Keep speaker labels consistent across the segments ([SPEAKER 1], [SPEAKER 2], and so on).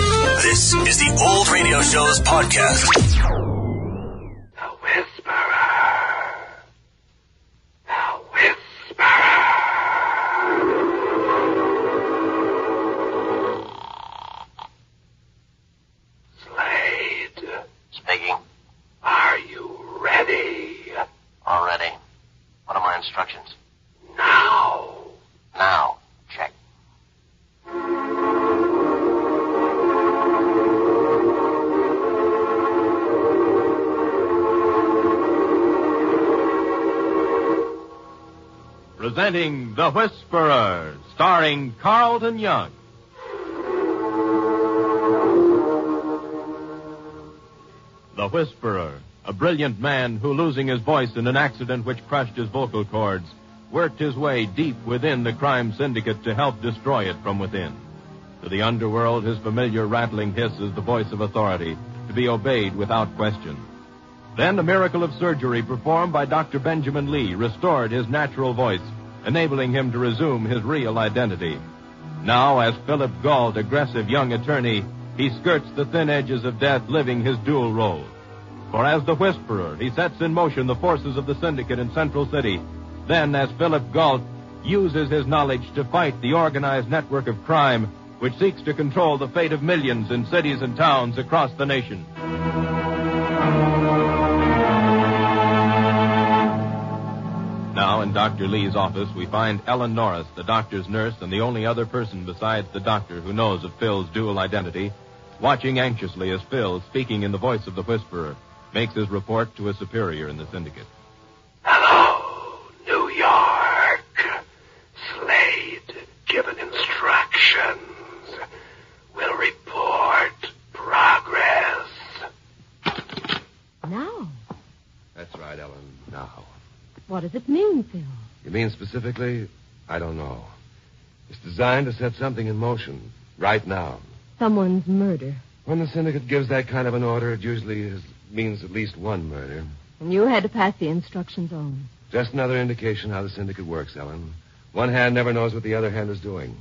[SPEAKER 1] This is the Old Radio Show's podcast.
[SPEAKER 2] The Whisperer. The Whisperer. Slade,
[SPEAKER 3] Speaking.
[SPEAKER 2] are you ready?
[SPEAKER 3] Already. What are my instructions?
[SPEAKER 2] Now.
[SPEAKER 3] Now. Check.
[SPEAKER 4] presenting The Whisperer, starring Carlton Young. The Whisperer, a brilliant man who, losing his voice in an accident which crushed his vocal cords, worked his way deep within the crime syndicate to help destroy it from within. To the underworld, his familiar rattling hiss is the voice of authority, to be obeyed without question. Then a miracle of surgery performed by Dr. Benjamin Lee restored his natural voice, enabling him to resume his real identity. Now, as Philip Gault, aggressive young attorney, he skirts the thin edges of death, living his dual role. For as the Whisperer, he sets in motion the forces of the syndicate in Central City. Then, as Philip Gault, uses his knowledge to fight the organized network of crime which seeks to control the fate of millions in cities and towns across the nation. Now, in Dr. Lee's office, we find Ellen Norris, the doctor's nurse, and the only other person besides the doctor who knows of Phil's dual identity, watching anxiously as Phil, speaking in the voice of the whisperer, makes his report to a superior in the syndicate.
[SPEAKER 2] Hello, New York. Slade, given instructions, will report progress.
[SPEAKER 5] Now?
[SPEAKER 6] That's right, Ellen. Now.
[SPEAKER 5] What does it mean, Phil?
[SPEAKER 6] You mean specifically? I don't know. It's designed to set something in motion right now.
[SPEAKER 5] Someone's murder.
[SPEAKER 6] When the syndicate gives that kind of an order, it usually is, means at least one murder.
[SPEAKER 5] And you had to pass the instructions on.
[SPEAKER 6] Just another indication how the syndicate works, Ellen. One hand never knows what the other hand is doing.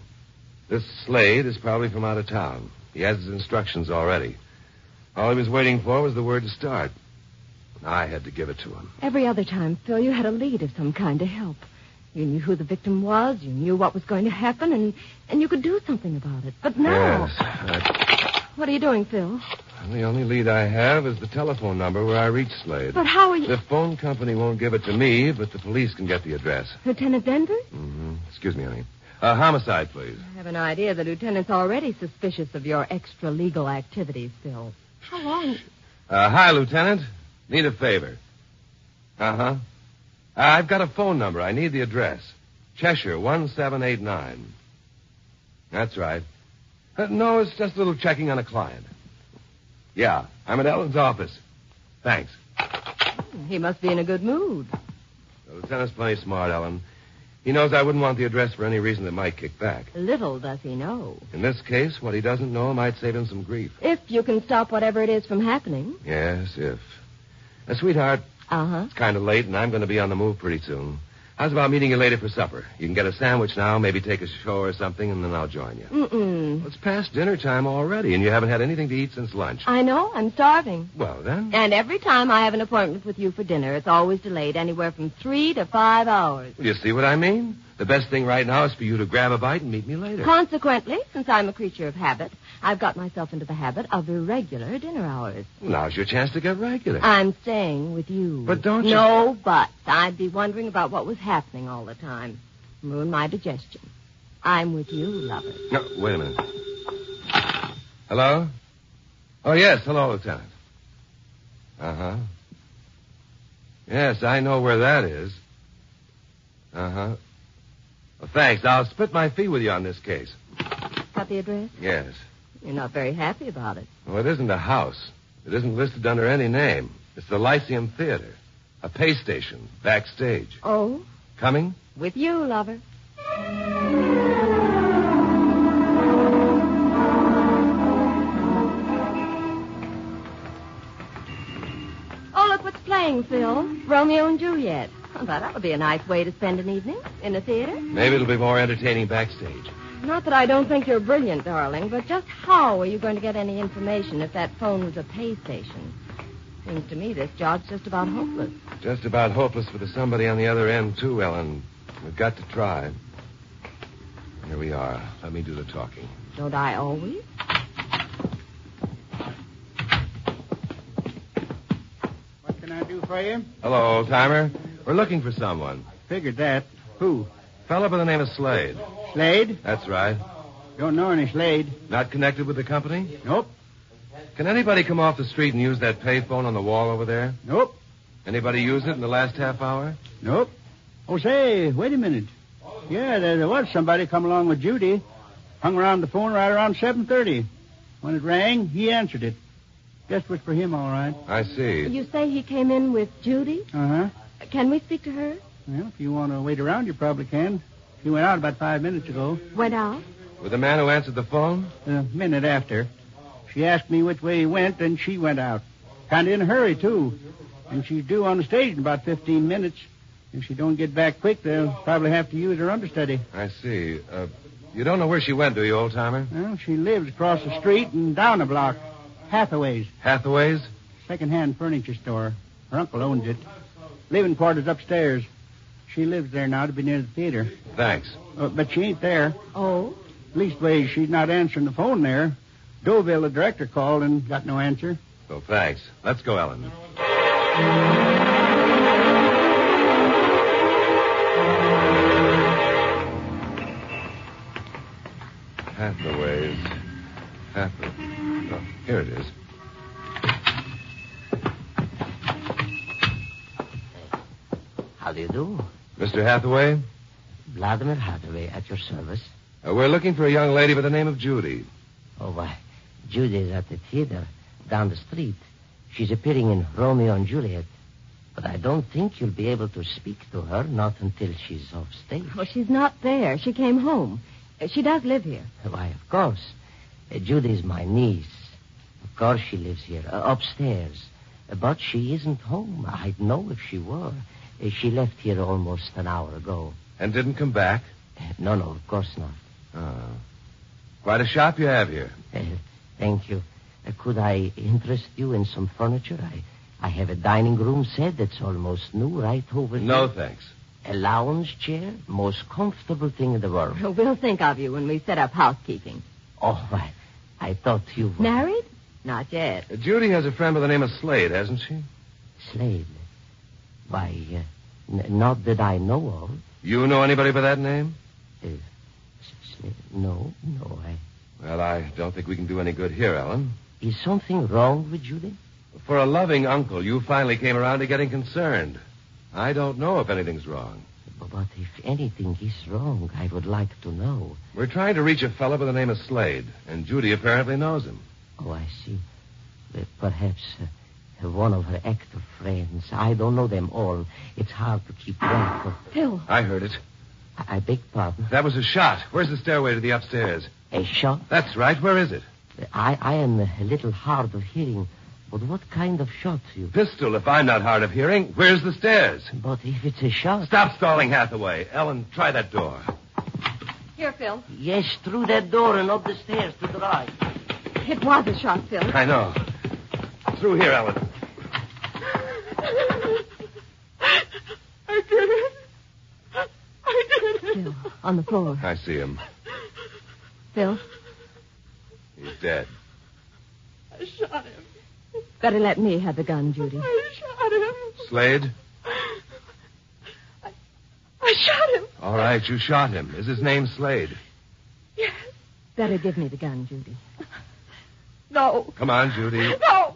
[SPEAKER 6] This Slade is probably from out of town. He has his instructions already. All he was waiting for was the word to start. I had to give it to him.
[SPEAKER 5] Every other time, Phil, you had a lead of some kind to help. You knew who the victim was, you knew what was going to happen, and, and you could do something about it. But now.
[SPEAKER 6] Yes. I
[SPEAKER 5] What are you doing, Phil?
[SPEAKER 6] Well, The only lead I have is the telephone number where I reached Slade.
[SPEAKER 5] But how are you.
[SPEAKER 6] The phone company won't give it to me, but the police can get the address.
[SPEAKER 5] Lieutenant Denver?
[SPEAKER 6] hmm Excuse me, honey. Uh, homicide, please.
[SPEAKER 5] I have an idea the lieutenant's already suspicious of your extra legal activities, Phil. How long?
[SPEAKER 6] Uh, hi, Lieutenant. Need a favor. Uh-huh. Uh, I've got a phone number. I need the address. Cheshire, 1789. That's right. Uh, no, it's just a little checking on a client. Yeah, I'm at Ellen's office. Thanks.
[SPEAKER 5] He must be in a good mood.
[SPEAKER 6] The lieutenant's plenty smart, Ellen. He knows I wouldn't want the address for any reason that might kick back.
[SPEAKER 5] Little does he know.
[SPEAKER 6] In this case, what he doesn't know might save him some grief.
[SPEAKER 5] If you can stop whatever it is from happening.
[SPEAKER 6] Yes, if. Now, sweetheart,
[SPEAKER 5] Uh huh.
[SPEAKER 6] it's kind of late, and I'm going to be on the move pretty soon. How's about meeting you later for supper? You can get a sandwich now, maybe take a shower or something, and then I'll join you.
[SPEAKER 5] Mm-mm.
[SPEAKER 6] Well, it's past dinner time already, and you haven't had anything to eat since lunch.
[SPEAKER 5] I know. I'm starving.
[SPEAKER 6] Well, then.
[SPEAKER 5] And every time I have an appointment with you for dinner, it's always delayed anywhere from three to five hours.
[SPEAKER 6] You see what I mean? The best thing right now is for you to grab a bite and meet me later.
[SPEAKER 5] Consequently, since I'm a creature of habit, I've got myself into the habit of irregular dinner hours.
[SPEAKER 6] Well, Now's your chance to get regular.
[SPEAKER 5] I'm staying with you.
[SPEAKER 6] But don't you-
[SPEAKER 5] No buts. I'd be wondering about what was happening all the time. Ruin my digestion. I'm with you, lover.
[SPEAKER 6] No, wait a minute. Hello? Oh, yes. Hello, Lieutenant. Uh huh. Yes, I know where that is. Uh huh. Well, thanks. I'll split my fee with you on this case.
[SPEAKER 5] Got the address?
[SPEAKER 6] Yes.
[SPEAKER 5] You're not very happy about it.
[SPEAKER 6] Well, it isn't a house. It isn't listed under any name. It's the Lyceum Theater, a pay station, backstage.
[SPEAKER 5] Oh?
[SPEAKER 6] Coming?
[SPEAKER 5] With you, lover. Oh, look what's playing, Phil. Romeo and Juliet. Well, that ought to be a nice way to spend an evening in a theater.
[SPEAKER 6] Maybe it'll be more entertaining backstage.
[SPEAKER 5] Not that I don't think you're brilliant, darling, but just how are you going to get any information if that phone was a pay station? Seems to me this job's just about hopeless.
[SPEAKER 6] Just about hopeless for the somebody on the other end, too, Ellen. We've got to try. Here we are. Let me do the talking.
[SPEAKER 5] Don't I always?
[SPEAKER 7] What can I do for you?
[SPEAKER 6] Hello, old timer. We're looking for someone.
[SPEAKER 7] Figured that. Who?
[SPEAKER 6] Fellow by the name of Slade.
[SPEAKER 7] Slade?
[SPEAKER 6] That's right.
[SPEAKER 7] Don't know any Slade.
[SPEAKER 6] Not connected with the company?
[SPEAKER 7] Nope.
[SPEAKER 6] Can anybody come off the street and use that payphone on the wall over there?
[SPEAKER 7] Nope.
[SPEAKER 6] Anybody use it in the last half hour?
[SPEAKER 7] Nope. Oh, say, wait a minute. Yeah, there, there was somebody come along with Judy. Hung around the phone right around 7.30. When it rang, he answered it. Guess was for him, all right.
[SPEAKER 6] I see.
[SPEAKER 5] You say he came in with Judy?
[SPEAKER 7] Uh-huh.
[SPEAKER 5] Can we speak to her?
[SPEAKER 7] Well, if you want to wait around, you probably can. He went out about five minutes ago,
[SPEAKER 5] Went out?
[SPEAKER 6] With the man who answered the phone?
[SPEAKER 7] a minute after. She asked me which way he went, and she went out. Kind of in a hurry, too. And she's due on the stage in about 15 minutes. If she don't get back quick, they'll probably have to use her understudy.
[SPEAKER 6] I see. Uh, you don't know where she went, do you, old timer?
[SPEAKER 7] Well, she lives across the street and down a block. Hathaway's,
[SPEAKER 6] Hathaway's?
[SPEAKER 7] second-hand furniture store. Her uncle owns it. Living quarters upstairs. She lives there now to be near the theater.
[SPEAKER 6] Thanks.
[SPEAKER 7] Uh, but she ain't there.
[SPEAKER 5] Oh?
[SPEAKER 7] Leastways, she's not answering the phone there. Deauville, the director, called and got no answer.
[SPEAKER 6] Well, thanks. Let's go, Ellen. Hathaway's. Hathaway. Oh, here it is.
[SPEAKER 8] How do you do?
[SPEAKER 6] Mr. Hathaway,
[SPEAKER 8] Vladimir Hathaway at your service.
[SPEAKER 6] uh, we're looking for a young lady by the name of Judy.
[SPEAKER 8] Oh, why, Judy's at the theater down the street. She's appearing in Romeo and Juliet. But I don't think you'll be able to speak to her, not until she's off stage.
[SPEAKER 5] Well, she's not there. She came home. Uh, She does live here.
[SPEAKER 8] Why, of course. Uh, Judy's my niece. Of course she lives here, uh, upstairs. Uh, But she isn't home. I'd know if she were. Uh, She left here almost an hour ago.
[SPEAKER 6] And didn't come back.
[SPEAKER 8] No, no, of course not.
[SPEAKER 6] Oh. Quite a shop you have here.
[SPEAKER 8] Uh, thank you. Uh, could I interest you in some furniture? I, I have a dining room set that's almost new right over
[SPEAKER 6] No,
[SPEAKER 8] here.
[SPEAKER 6] thanks.
[SPEAKER 8] A lounge chair, most comfortable thing in the world.
[SPEAKER 5] We'll think of you when we set up housekeeping.
[SPEAKER 8] Oh, I, I thought you were...
[SPEAKER 5] Married? Not yet.
[SPEAKER 6] Uh, Judy has a friend by the name of Slade, hasn't she?
[SPEAKER 8] Slade. Why, uh, n- not that I know of.
[SPEAKER 6] You know anybody by that name?
[SPEAKER 8] S- Slade. No, no. I...
[SPEAKER 6] Well, I don't think we can do any good here, Ellen.
[SPEAKER 8] Is something wrong with Judy?
[SPEAKER 6] For a loving uncle, you finally came around to getting concerned. I don't know if anything's wrong.
[SPEAKER 8] But if anything is wrong, I would like to know.
[SPEAKER 6] We're trying to reach a fellow by the name of Slade, and Judy apparently knows him.
[SPEAKER 8] Oh, I see. Uh, Perhaps uh, one of her actor friends. I don't know them all. It's hard to keep track of.
[SPEAKER 5] Phil,
[SPEAKER 6] I heard it.
[SPEAKER 8] I I beg pardon.
[SPEAKER 6] That was a shot. Where's the stairway to the upstairs?
[SPEAKER 8] A shot?
[SPEAKER 6] That's right. Where is it?
[SPEAKER 8] I, I am a little hard of hearing. But what kind of shot you?
[SPEAKER 6] Pistol, if I'm not hard of hearing. Where's the stairs?
[SPEAKER 8] But if it's a shot.
[SPEAKER 6] Stop stalling, Hathaway. Ellen, try that door.
[SPEAKER 5] here, Phil.
[SPEAKER 8] Yes, through that door and up the stairs to the right.
[SPEAKER 5] It was a shot, Phil.
[SPEAKER 6] I know. Through here, Ellen.
[SPEAKER 5] I did it. I did it. Phil, on the floor.
[SPEAKER 6] I see him.
[SPEAKER 5] Phil,
[SPEAKER 6] He's dead.
[SPEAKER 5] better let me have the gun, Judy.
[SPEAKER 6] Slade?
[SPEAKER 9] I shot him.
[SPEAKER 6] All right, you shot him. Is his name Slade?
[SPEAKER 9] Yes.
[SPEAKER 5] Better give me the gun, Judy.
[SPEAKER 9] No.
[SPEAKER 6] Come on, Judy.
[SPEAKER 9] No.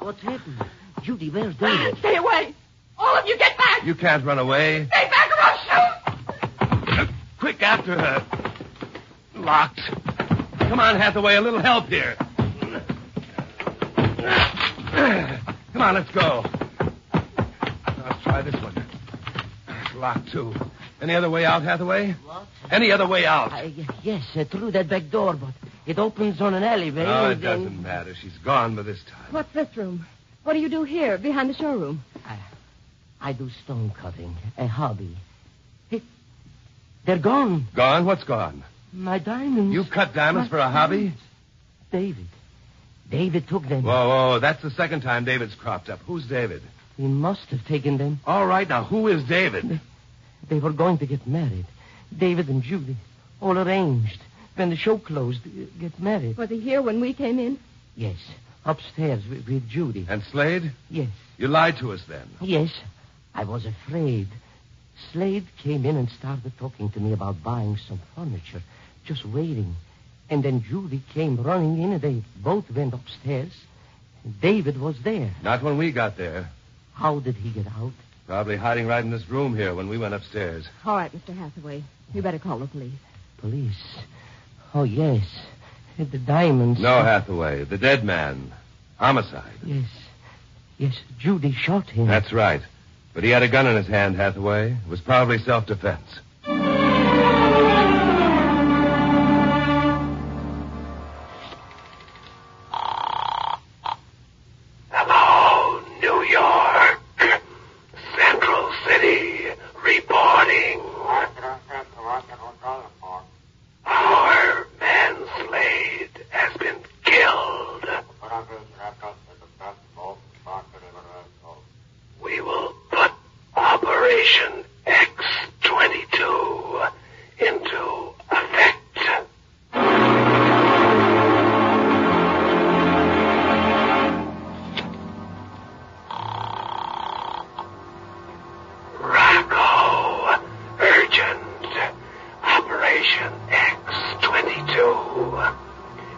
[SPEAKER 8] What's happened? Judy, where's David?
[SPEAKER 6] Ah!
[SPEAKER 9] Stay away. All of you get back.
[SPEAKER 6] You can't run away.
[SPEAKER 9] Stay back or I'll shoot.
[SPEAKER 6] Quick after her. Locked. Come on, Hathaway, a little help here. Come on, let's go. Let's try this one. It's locked, too. Any other way out, Hathaway?
[SPEAKER 8] What?
[SPEAKER 6] Any other way out?
[SPEAKER 8] I, yes, uh, through that back door, but it opens on an alleyway.
[SPEAKER 6] Oh, it
[SPEAKER 8] and then-
[SPEAKER 6] doesn't matter. She's gone by this time.
[SPEAKER 5] What's this room? What do you do here, behind the showroom?
[SPEAKER 8] I do stone cutting, a hobby. It, They're gone.
[SPEAKER 6] Gone? What's gone?
[SPEAKER 8] My diamonds.
[SPEAKER 6] You cut diamonds
[SPEAKER 8] My
[SPEAKER 6] for a hobby?
[SPEAKER 8] David. David took them.
[SPEAKER 6] Whoa, whoa, that's the second time David's cropped up. Who's David?
[SPEAKER 8] He must have taken them.
[SPEAKER 6] All right, now, who is David?
[SPEAKER 8] They were going to get married. David and Judy. All arranged. When the show closed, uh, get married.
[SPEAKER 5] Was he here when we came in?
[SPEAKER 8] Yes. Upstairs with, with Judy.
[SPEAKER 6] And Slade?
[SPEAKER 8] Yes.
[SPEAKER 6] You lied to us then.
[SPEAKER 8] Yes. I was afraid. Slade came in and started talking to me about buying some furniture, just waiting. And then Judy came running in, and they both went upstairs. David was there.
[SPEAKER 6] Not when we got there.
[SPEAKER 8] How did he get out?
[SPEAKER 6] Probably hiding right in this room here when we went upstairs.
[SPEAKER 5] All right, Mr. Hathaway. You better call the police.
[SPEAKER 8] Police. Oh, yes. The diamonds.
[SPEAKER 6] No, Hathaway, the dead man. Homicide.
[SPEAKER 8] Yes. Yes, Judy shot him.
[SPEAKER 6] That's right. But he had a gun in his hand, Hathaway. It was probably self defense.
[SPEAKER 2] Hello, New York. Central City reporting. Our man Slade has been killed. We will put Operation X-22 into effect. Rocco, urgent. Operation X-22.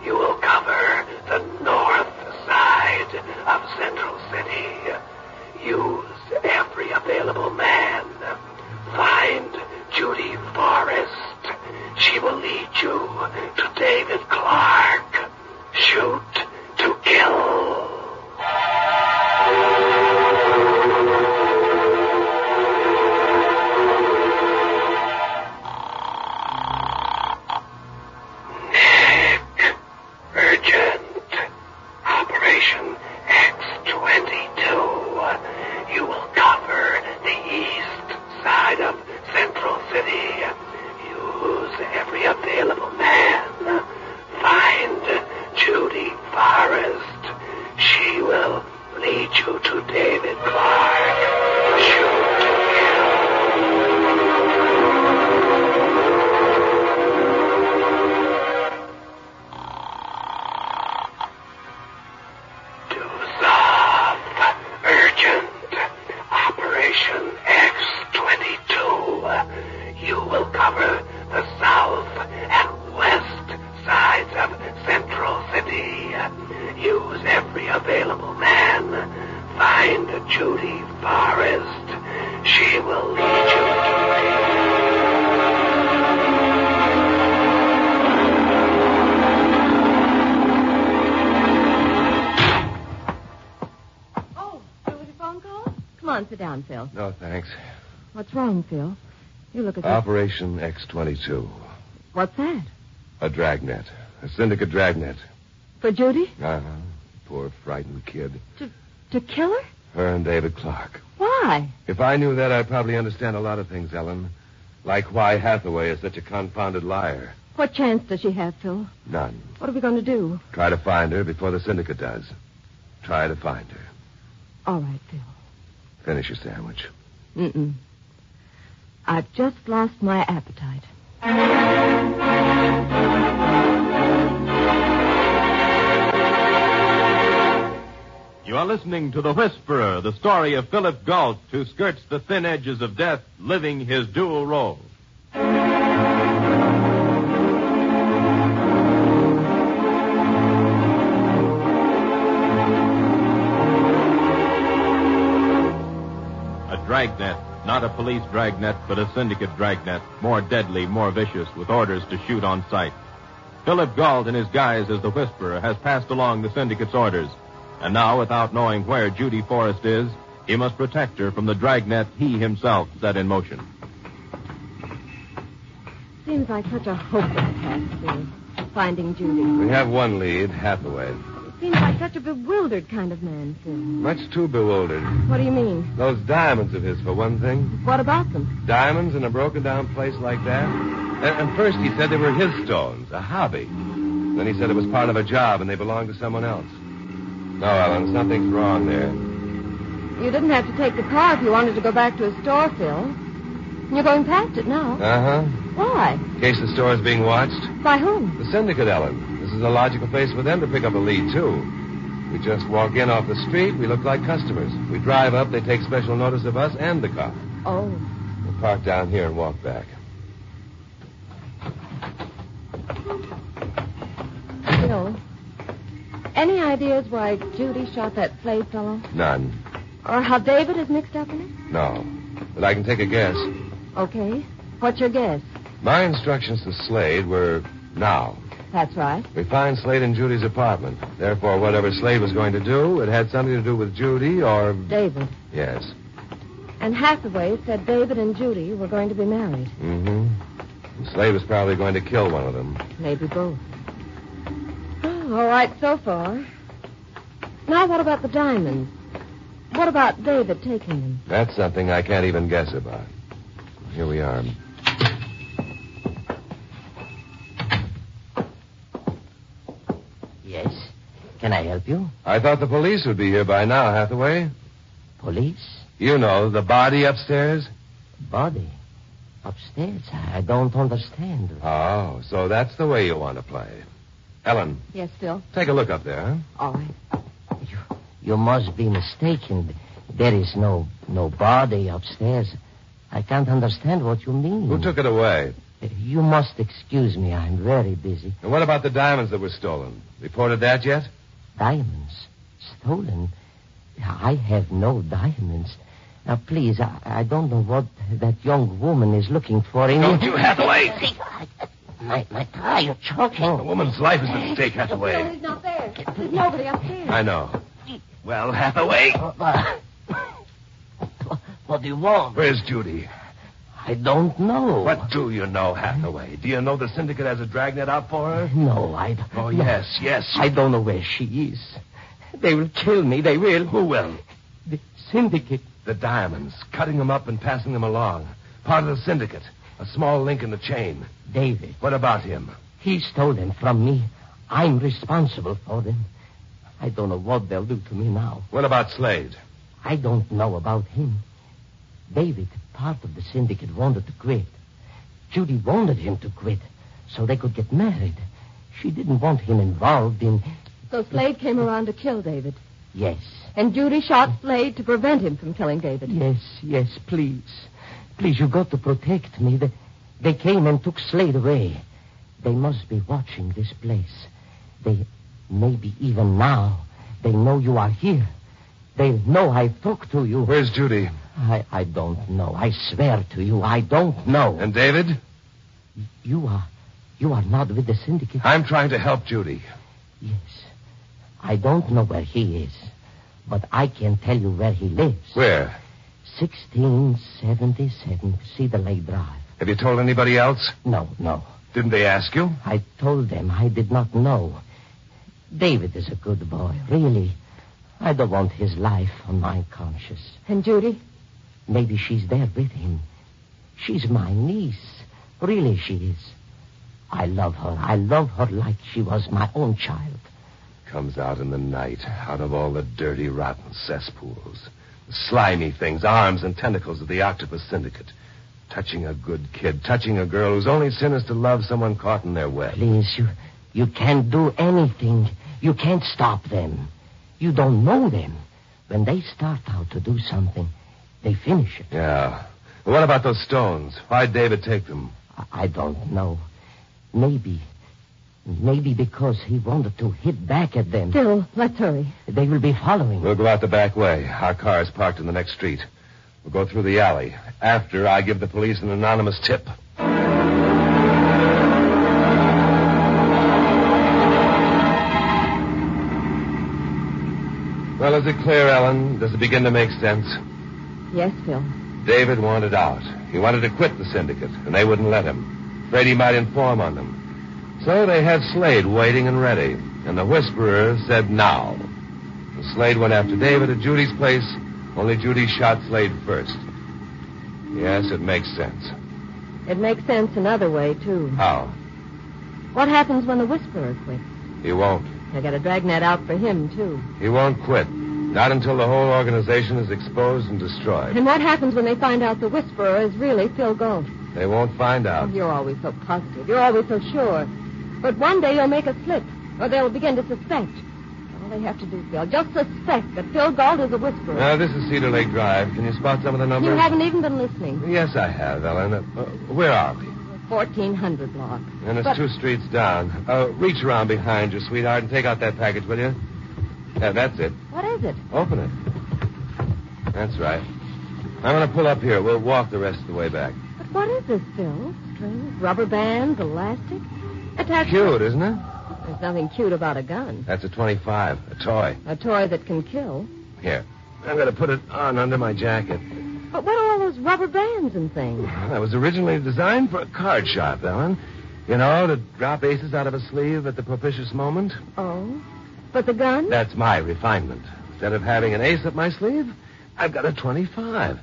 [SPEAKER 2] You will cover the north side of Central City. Use every available man. Find Judy Forrest. She will lead you to David Clark. Shoot to kill. Nick, urgent. Operation X-22. You will cover the east side of Central City. Use every available man. Find Judy Forrest. She will lead you to David Clark. Shoot to kill. Duzov, urgent. Operation X-22. You will cover the south and west sides of Central City. Use every available man. Find Judy Forrest. She will lead you to
[SPEAKER 5] Oh, there was a phone call? Come on, sit down, Phil.
[SPEAKER 6] No, thanks.
[SPEAKER 5] What's wrong, Phil? You look as
[SPEAKER 6] Uh,
[SPEAKER 5] if...
[SPEAKER 6] Operation X-22.
[SPEAKER 5] What's that?
[SPEAKER 6] A dragnet. A syndicate dragnet.
[SPEAKER 5] For Judy?
[SPEAKER 6] Uh-huh. Poor frightened kid.
[SPEAKER 5] To kill her?
[SPEAKER 6] Her and David Clark.
[SPEAKER 5] Why?
[SPEAKER 6] If I knew that, I'd probably understand a lot of things, Ellen. Like why Hathaway is such a confounded liar.
[SPEAKER 5] What chance does she have, Phil?
[SPEAKER 6] None.
[SPEAKER 5] What are we going to do?
[SPEAKER 6] Try to find her before the syndicate does. Try to find her.
[SPEAKER 5] All right, Phil.
[SPEAKER 6] Finish your sandwich.
[SPEAKER 5] Mm-mm. I've just lost my appetite.
[SPEAKER 4] You are listening to The Whisperer, the story of Philip Galt, who skirts the thin edges of death, living his dual role. A dragnet, not a police dragnet, but a syndicate dragnet, more deadly, more vicious, with orders to shoot on sight. Philip Galt, in his guise as the Whisperer, has passed along the syndicate's orders. And now, without knowing where Judy Forrest is, he must protect her from the dragnet he himself set in motion.
[SPEAKER 5] Seems like such a hopeless task, Phil. Finding Judy.
[SPEAKER 6] We have one lead, Hathaway.
[SPEAKER 5] seems like such a bewildered kind of man, Sid.
[SPEAKER 6] Much too bewildered.
[SPEAKER 5] What do you mean?
[SPEAKER 6] Those diamonds of his, for one thing.
[SPEAKER 5] What about them?
[SPEAKER 6] Diamonds in a broken down place like that. And, and first he said they were his stones, a hobby. Then he said it was part of a job and they belonged to someone else. No, Ellen, something's wrong there.
[SPEAKER 5] You didn't have to take the car if you wanted to go back to a store, Phil. You're going past it now.
[SPEAKER 6] Uh huh.
[SPEAKER 5] Why?
[SPEAKER 6] In case the store is being watched.
[SPEAKER 5] By whom?
[SPEAKER 6] The syndicate, Ellen. This is a logical place for them to pick up a lead, too. We just walk in off the street, we look like customers. We drive up, they take special notice of us and the car.
[SPEAKER 5] Oh.
[SPEAKER 6] We'll park down here and walk back.
[SPEAKER 5] Phil. Any ideas why Judy shot that play fellow?
[SPEAKER 6] None.
[SPEAKER 5] Or how David is mixed up in it?
[SPEAKER 6] No. But I can take a guess.
[SPEAKER 5] Okay. What's your guess?
[SPEAKER 6] My instructions to Slade were now.
[SPEAKER 5] That's right.
[SPEAKER 6] We find Slade in Judy's apartment. Therefore, whatever Slade was going to do, it had something to do with Judy or.
[SPEAKER 5] David.
[SPEAKER 6] Yes.
[SPEAKER 5] And Hathaway said David and Judy were going to be married.
[SPEAKER 6] Mm hmm. And Slade was probably going to kill one of them.
[SPEAKER 5] Maybe both. Oh, all right so far. Now, what about the diamonds? What about David taking them?
[SPEAKER 6] That's something I can't even guess about. Here we are.
[SPEAKER 8] Yes. Can I help you?
[SPEAKER 6] I thought the police would be here by now, Hathaway.
[SPEAKER 8] Police?
[SPEAKER 6] You know, the body upstairs?
[SPEAKER 8] Body? Upstairs? I don't understand.
[SPEAKER 6] Oh, so that's the way you want to play. Ellen,
[SPEAKER 5] Yes, Phil.
[SPEAKER 6] take a look up there, huh?
[SPEAKER 5] All right.
[SPEAKER 8] You, you must be mistaken. There is no no body upstairs. I can't understand what you mean.
[SPEAKER 6] Who took it away?
[SPEAKER 8] You must excuse me. I'm very busy.
[SPEAKER 6] And what about the diamonds that were stolen? Reported that yet?
[SPEAKER 8] Diamonds stolen. I have no diamonds. Now, please, I, I don't know what that young woman is looking for in
[SPEAKER 2] Don't you, Hathaway?
[SPEAKER 8] My, my tie, you're
[SPEAKER 2] A
[SPEAKER 6] Oh.
[SPEAKER 8] choking.
[SPEAKER 2] woman's life is at stake,
[SPEAKER 5] Phil,
[SPEAKER 2] Hathaway.
[SPEAKER 5] he's not there. There's nobody upstairs.
[SPEAKER 6] I know.
[SPEAKER 2] Well, Hathaway,
[SPEAKER 8] What do you want?
[SPEAKER 2] where's Judy?
[SPEAKER 8] I don't know.
[SPEAKER 2] What do you know, Hathaway? Do you know the syndicate has a dragnet out for her?
[SPEAKER 8] No, I don't.
[SPEAKER 2] Oh,
[SPEAKER 8] no.
[SPEAKER 2] yes, yes.
[SPEAKER 8] I don't know where she is. They will kill me. They will.
[SPEAKER 2] Who will?
[SPEAKER 8] The syndicate.
[SPEAKER 6] The diamonds, cutting them up and passing them along. Part of the syndicate. A small link in the chain.
[SPEAKER 8] David.
[SPEAKER 6] What about him?
[SPEAKER 8] He stole them from me. I'm responsible for them. I don't know what they'll do to me now.
[SPEAKER 6] What about Slade?
[SPEAKER 8] I don't know about him. David, part of the syndicate, wanted to quit. Judy wanted him to quit so they could get married. She didn't want him involved in.
[SPEAKER 5] So Slade came around to kill David.
[SPEAKER 8] Yes.
[SPEAKER 5] And Judy shot Slade to prevent him from killing David.
[SPEAKER 8] Yes, yes, please. Please, you got to protect me. They, they came and took Slade away. They must be watching this place. They, maybe even now, they know you are here. They know I talked to you.
[SPEAKER 6] Where's Judy?
[SPEAKER 8] I, I don't know. I swear to you, I don't know.
[SPEAKER 6] And David?
[SPEAKER 8] You are. You are not with the syndicate?
[SPEAKER 6] I'm trying to help Judy.
[SPEAKER 8] Yes. I don't know where he is, but I can tell you where he lives.
[SPEAKER 6] Where?
[SPEAKER 8] 1677 Cedar Lake Drive.
[SPEAKER 6] Have you told anybody else?
[SPEAKER 8] No, no.
[SPEAKER 6] Didn't they ask you?
[SPEAKER 8] I told them I did not know. David is a good boy, really. I don't want his life on my conscience.
[SPEAKER 5] And Judy?
[SPEAKER 8] Maybe she's there with him. She's my niece. Really, she is. I love her. I love her like she was my own child.
[SPEAKER 6] Comes out in the night, out of all the dirty, rotten cesspools. The slimy things, arms and tentacles of the octopus syndicate. Touching a good kid, touching a girl whose only sin is to love someone caught in their web.
[SPEAKER 8] Please, you, you can't do anything. You can't stop them. You don't know them. When they start out to do something, they finish it.
[SPEAKER 6] Yeah. Well, What about those stones? Why'd David take them?
[SPEAKER 8] I, I don't know. Maybe. Maybe because he wanted to hit back at them.
[SPEAKER 5] Phil, let's hurry.
[SPEAKER 8] They will be following.
[SPEAKER 6] We'll go out the back way. Our car is parked in the next street. We'll go through the alley. After I give the police an anonymous tip. Well, is it clear, Ellen? Does it begin to make sense?
[SPEAKER 5] Yes, Phil.
[SPEAKER 6] David wanted out. He wanted to quit the syndicate, and they wouldn't let him. Afraid he might inform on them. So they had Slade waiting and ready. and the whisperer said now. And Slade went after David at Judy's place, only Judy shot Slade first. Yes, it makes sense.
[SPEAKER 5] It makes sense another way, too.
[SPEAKER 6] How?
[SPEAKER 5] What happens when the whisperer quits?
[SPEAKER 6] He won't.
[SPEAKER 5] I got a dragnet out for him, too.
[SPEAKER 6] He won't quit. Not until the whole organization is exposed and destroyed.
[SPEAKER 5] And what happens when they find out the whisperer is really Phil Gold?
[SPEAKER 6] They won't find out.
[SPEAKER 5] You're always so positive. You're always so sure. But one day you'll make a slip, or they'll begin to suspect. All they have to do, Phil, just suspect that Phil Gold is a whisperer.
[SPEAKER 6] Now, this is Cedar Lake Drive. Can you spot some of the numbers?
[SPEAKER 5] you haven't even been listening.
[SPEAKER 6] Yes, I have, Ellen. Uh, uh, where are we?
[SPEAKER 5] 1400 block.
[SPEAKER 6] And it's
[SPEAKER 5] But-
[SPEAKER 6] two streets down. Uh, reach around behind you, sweetheart, and take out that package, will you? Yeah, that's it.
[SPEAKER 5] What is it?
[SPEAKER 6] Open it. That's right. I'm going to pull up here. We'll walk the rest of the way back.
[SPEAKER 5] But what is this, Phil? Strings, rubber bands, elastic? Attached.
[SPEAKER 6] Cute, isn't it?
[SPEAKER 5] There's nothing cute about a gun.
[SPEAKER 6] That's a 25, a toy.
[SPEAKER 5] A toy that can kill.
[SPEAKER 6] Here. I'm going to put it on under my jacket.
[SPEAKER 5] But what are all those rubber bands and things?
[SPEAKER 6] That was originally designed for a card sharp, Ellen. You know, to drop aces out of a sleeve at the propitious moment.
[SPEAKER 5] Oh. But the gun?
[SPEAKER 6] That's my refinement. Instead of having an ace up my sleeve, I've got a 25.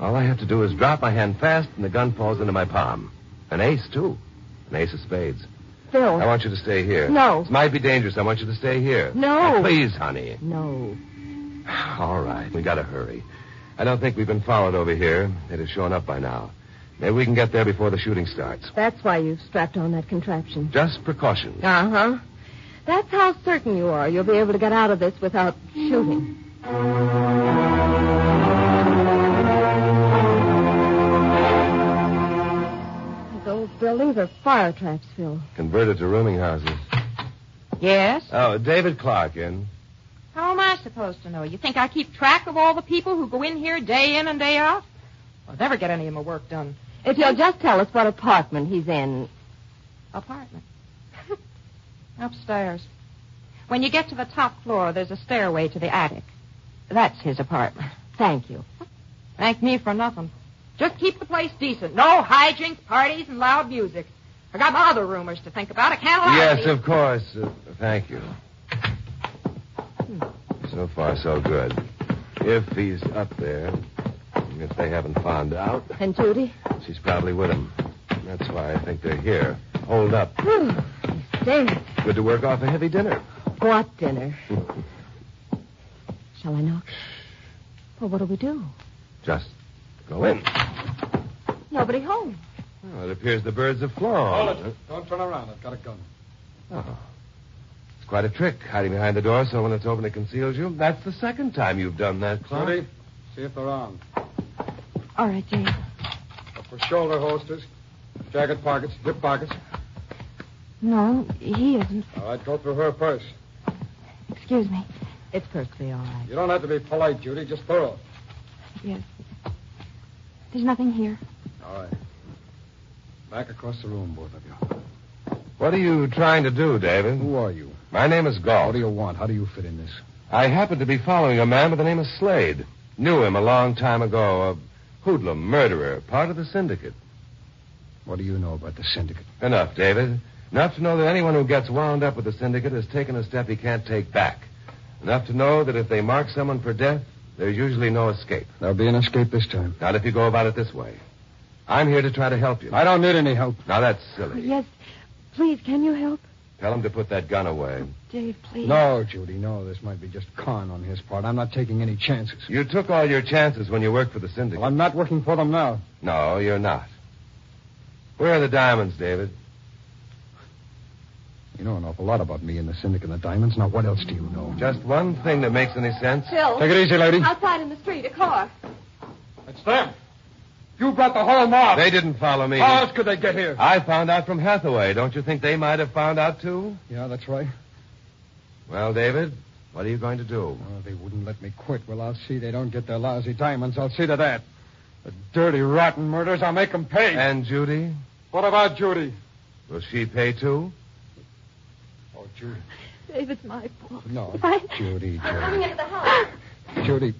[SPEAKER 6] All I have to do is drop my hand fast, and the gun falls into my palm. An ace, too. An ace of spades.
[SPEAKER 5] Phil.
[SPEAKER 6] I want you to stay here.
[SPEAKER 5] No.
[SPEAKER 6] This might be dangerous. I want you to stay here.
[SPEAKER 5] No.
[SPEAKER 6] Now, please, honey.
[SPEAKER 5] No.
[SPEAKER 6] All right. We gotta hurry. I don't think we've been followed over here. They'd have shown up by now. Maybe we can get there before the shooting starts.
[SPEAKER 5] That's why you've strapped on that contraption.
[SPEAKER 6] Just precautions.
[SPEAKER 5] Uh
[SPEAKER 10] Uh-huh.
[SPEAKER 5] huh. That's how certain you are you'll be able to get out of this without shooting. Those old buildings are fire traps, Phil.
[SPEAKER 6] Converted to rooming houses.
[SPEAKER 10] Yes?
[SPEAKER 6] Oh, David Clark in.
[SPEAKER 10] How am I supposed to know? You think I keep track of all the people who go in here day in and day out? I'll never get any of my work done.
[SPEAKER 5] If you'll just tell us what apartment he's in.
[SPEAKER 10] Apartment. Upstairs. When you get to the top floor, there's a stairway to the attic. That's his apartment.
[SPEAKER 5] Thank you.
[SPEAKER 10] Thank me for nothing. Just keep the place decent. No hijinks, parties, and loud music. I got my other rumors to think about. I can't allow
[SPEAKER 6] Yes,
[SPEAKER 10] these.
[SPEAKER 6] of course. Uh, thank you. So far, so good. If he's up there, if they haven't found out,
[SPEAKER 5] And Judy?
[SPEAKER 6] she's probably with him. That's why I think they're here. Hold up.
[SPEAKER 5] David.
[SPEAKER 6] Good to work off a heavy dinner.
[SPEAKER 5] What dinner? Shall I knock? Well, what do we do?
[SPEAKER 6] Just go in.
[SPEAKER 5] Nobody home.
[SPEAKER 6] Well, it appears the birds have flown.
[SPEAKER 11] Don't turn around. I've got a gun.
[SPEAKER 6] Oh. It's quite a trick, hiding behind the door so when it's open it conceals you. That's the second time you've done that, Clark.
[SPEAKER 11] Judy, see if they're armed.
[SPEAKER 5] All right, James.
[SPEAKER 11] Look for shoulder holsters, jacket pockets, hip pockets.
[SPEAKER 5] No, he isn't.
[SPEAKER 11] All right, go through her purse.
[SPEAKER 5] Excuse me. It's perfectly all right.
[SPEAKER 11] You don't have to be polite, Judy. Just thorough.
[SPEAKER 12] Yes. There's nothing here.
[SPEAKER 11] All right. Back across the room, both of you.
[SPEAKER 6] What are you trying to do, David?
[SPEAKER 11] Who are you?
[SPEAKER 6] My name is Galt.
[SPEAKER 11] What do you want? How do you fit in this?
[SPEAKER 6] I happen to be following a man by the name of Slade. Knew him a long time ago, a hoodlum, murderer, part of the syndicate.
[SPEAKER 11] What do you know about the syndicate?
[SPEAKER 6] Enough, David. Enough to know that anyone who gets wound up with the syndicate has taken a step he can't take back. Enough to know that if they mark someone for death, there's usually no escape.
[SPEAKER 11] There'll be an escape this time.
[SPEAKER 6] Not if you go about it this way. I'm here to try to help you.
[SPEAKER 11] I don't need any help.
[SPEAKER 6] Now that's silly.
[SPEAKER 5] Yes. Please, can you help?
[SPEAKER 6] Tell him to put that gun away.
[SPEAKER 5] Dave, please.
[SPEAKER 11] No, Judy, no. This might be just con on his part. I'm not taking any chances.
[SPEAKER 6] You took all your chances when you worked for the syndicate.
[SPEAKER 11] Well, I'm not working for them now.
[SPEAKER 6] No, you're not. Where are the diamonds, David?
[SPEAKER 11] You know an awful lot about me and the syndicate and the diamonds. Now, what else do you know?
[SPEAKER 6] Just one thing that makes any sense.
[SPEAKER 9] Phil.
[SPEAKER 11] Take it easy, lady.
[SPEAKER 9] Outside in the street, a car.
[SPEAKER 11] It's them. You brought the whole mob.
[SPEAKER 6] They didn't follow me.
[SPEAKER 11] How else could they get here?
[SPEAKER 6] I found out from Hathaway. Don't you think they might have found out, too?
[SPEAKER 11] Yeah, that's right.
[SPEAKER 6] Well, David, what are you going to do?
[SPEAKER 11] Oh, they wouldn't let me quit. Well, I'll see they don't get their lousy diamonds. I'll see to that. The dirty, rotten murders, I'll make them pay.
[SPEAKER 6] And Judy?
[SPEAKER 11] What about Judy?
[SPEAKER 6] Will she pay, too?
[SPEAKER 11] Oh, Judy.
[SPEAKER 9] Dave, it's my fault.
[SPEAKER 11] No.
[SPEAKER 9] I-
[SPEAKER 11] Judy,
[SPEAKER 9] I'm coming into the house.
[SPEAKER 11] Judy. Judy.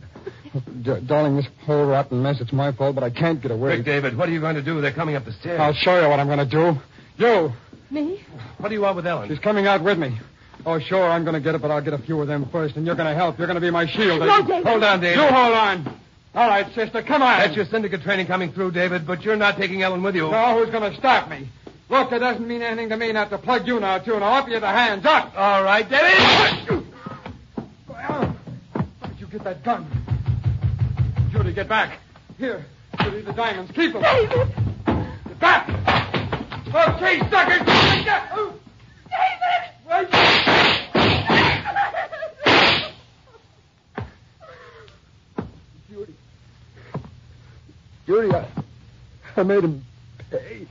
[SPEAKER 11] D- darling, this whole rotten mess, it's my fault, but I can't get away.
[SPEAKER 6] Quick, David, what are you going to do? They're coming up the stairs.
[SPEAKER 11] I'll show you what I'm going to do. You,
[SPEAKER 5] Me?
[SPEAKER 6] What do you want with Ellen?
[SPEAKER 11] she's coming out with me. Oh, sure, I'm going to get it, but I'll get a few of them first, and you're going to help. You're going to be my shield.
[SPEAKER 6] No, David. Hold on, David.
[SPEAKER 11] You hold on. All right, sister, come on.
[SPEAKER 6] That's your syndicate training coming through, David, but you're not taking Ellen with you.
[SPEAKER 11] No, who's going to stop me? Look, it doesn't mean anything to me not to plug you now, too. Now, up you the hands, up.
[SPEAKER 6] All right, David.
[SPEAKER 11] Well, where'd you get that gun? Judy, get back. Here, Judy, the diamonds. Keep them.
[SPEAKER 9] David!
[SPEAKER 11] Get back! Okay, suckers! Take that! Oh,
[SPEAKER 9] David!
[SPEAKER 11] wait. Judy. Judy, uh, I, I made him pay.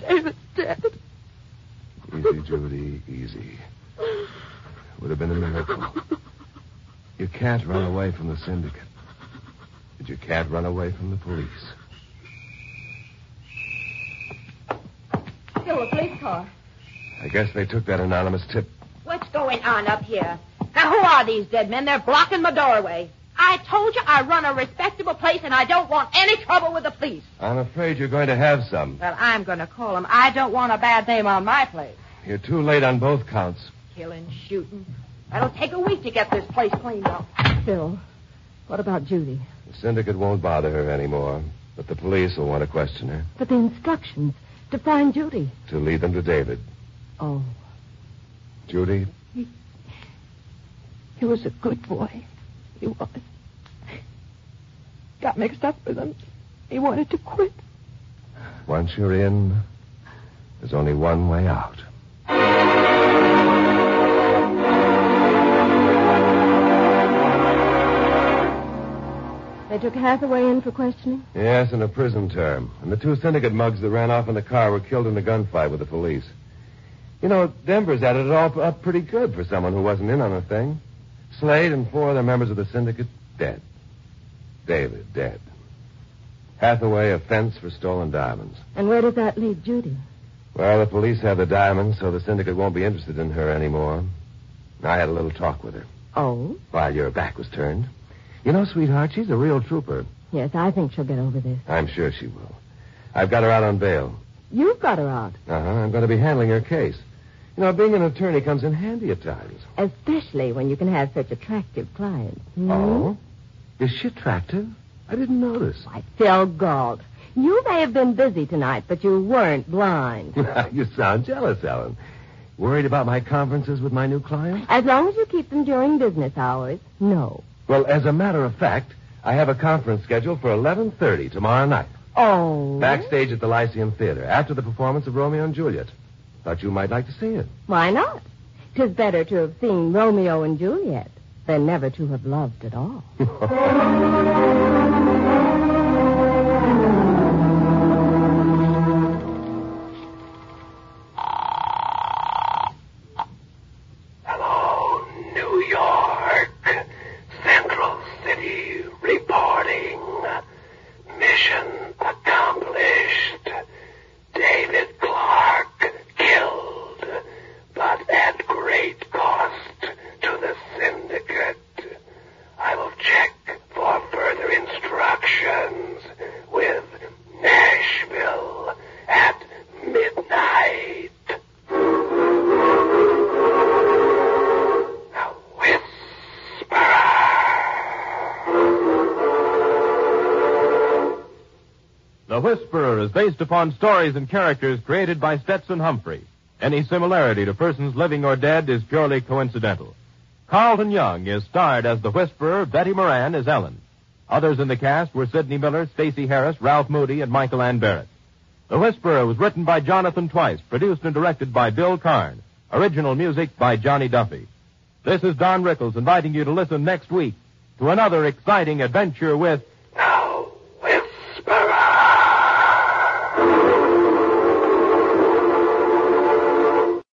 [SPEAKER 9] David's dead.
[SPEAKER 6] Easy, Judy, easy. Would have been a miracle. You can't run away from the syndicate. But you can't run away from the police.
[SPEAKER 5] Still a police car.
[SPEAKER 6] I guess they took that anonymous tip.
[SPEAKER 10] What's going on up here? Now, who are these dead men? They're blocking my doorway. I told you I run a respectable place, and I don't want any trouble with the police.
[SPEAKER 6] I'm afraid you're going to have some.
[SPEAKER 10] Well, I'm going to call them. I don't want a bad name on my place.
[SPEAKER 6] You're too late on both counts.
[SPEAKER 10] Killing, shooting. That'll take a week to get this place cleaned up.
[SPEAKER 5] Still, what about Judy?
[SPEAKER 6] The syndicate won't bother her anymore, but the police will want to question her
[SPEAKER 5] But the instructions to find Judy.
[SPEAKER 6] to lead them to David.
[SPEAKER 5] Oh,
[SPEAKER 6] Judy,
[SPEAKER 5] he was a good boy. He was.
[SPEAKER 9] Got mixed up with him. He wanted to quit.
[SPEAKER 6] once you're in, there's only one way out.
[SPEAKER 5] They took Hathaway in for questioning?
[SPEAKER 6] Yes, in a prison term. And the two syndicate mugs that ran off in the car were killed in a gunfight with the police. You know, Denver's added it all up pretty good for someone who wasn't in on the thing. Slade and four other members of the syndicate dead. David dead. Hathaway a fence for stolen diamonds.
[SPEAKER 5] And where does that leave Judy?
[SPEAKER 6] Well, the police have the diamonds, so the syndicate won't be interested in her anymore. I had a little talk with her
[SPEAKER 5] Oh?
[SPEAKER 6] while your back was turned. You know, sweetheart, she's a real trooper.
[SPEAKER 5] Yes, I think she'll get over this.
[SPEAKER 6] I'm sure she will. I've got her out on bail.
[SPEAKER 5] You've got her out,
[SPEAKER 6] Uh huh. I'm going to be handling her case. You know, being an attorney comes in handy at times.
[SPEAKER 5] especially when you can have such attractive clients. Hmm?
[SPEAKER 6] Oh? Is she attractive? I didn't notice.
[SPEAKER 5] Why, Phil Galt, Oh, you may have been busy tonight, but you weren't blind.
[SPEAKER 6] you sound jealous, Ellen. Worried about my conferences with my new client?
[SPEAKER 5] As long as you keep them during business hours, no.
[SPEAKER 6] Well, as a matter of fact, I have a conference scheduled for 11.30 tomorrow night.
[SPEAKER 5] Oh.
[SPEAKER 6] Backstage at the Lyceum Theater, after the performance of Romeo and Juliet. Thought you might like to see it.
[SPEAKER 5] Why not? 'Tis better to have seen Romeo and Juliet than never to have loved at all.
[SPEAKER 6] Oh,
[SPEAKER 2] Hello, New York. Central City reporting. Mission accomplished. David Clark killed, but at great cost to the syndicate. I will check for further instructions with Nashville at midnight.
[SPEAKER 4] The Whisperer is based upon stories and characters created by Stetson Humphrey. Any similarity to persons living or dead is purely coincidental. Carlton Young is starred as the Whisperer, Betty Moran is Ellen. Others in the cast were Sidney Miller, Stacey Harris, Ralph Moody, and Michael Ann Barrett. The Whisperer was written by Jonathan Twice, produced and directed by Bill Karn. Original music by Johnny Duffy. This is Don Rickles inviting you to listen next week to another exciting adventure with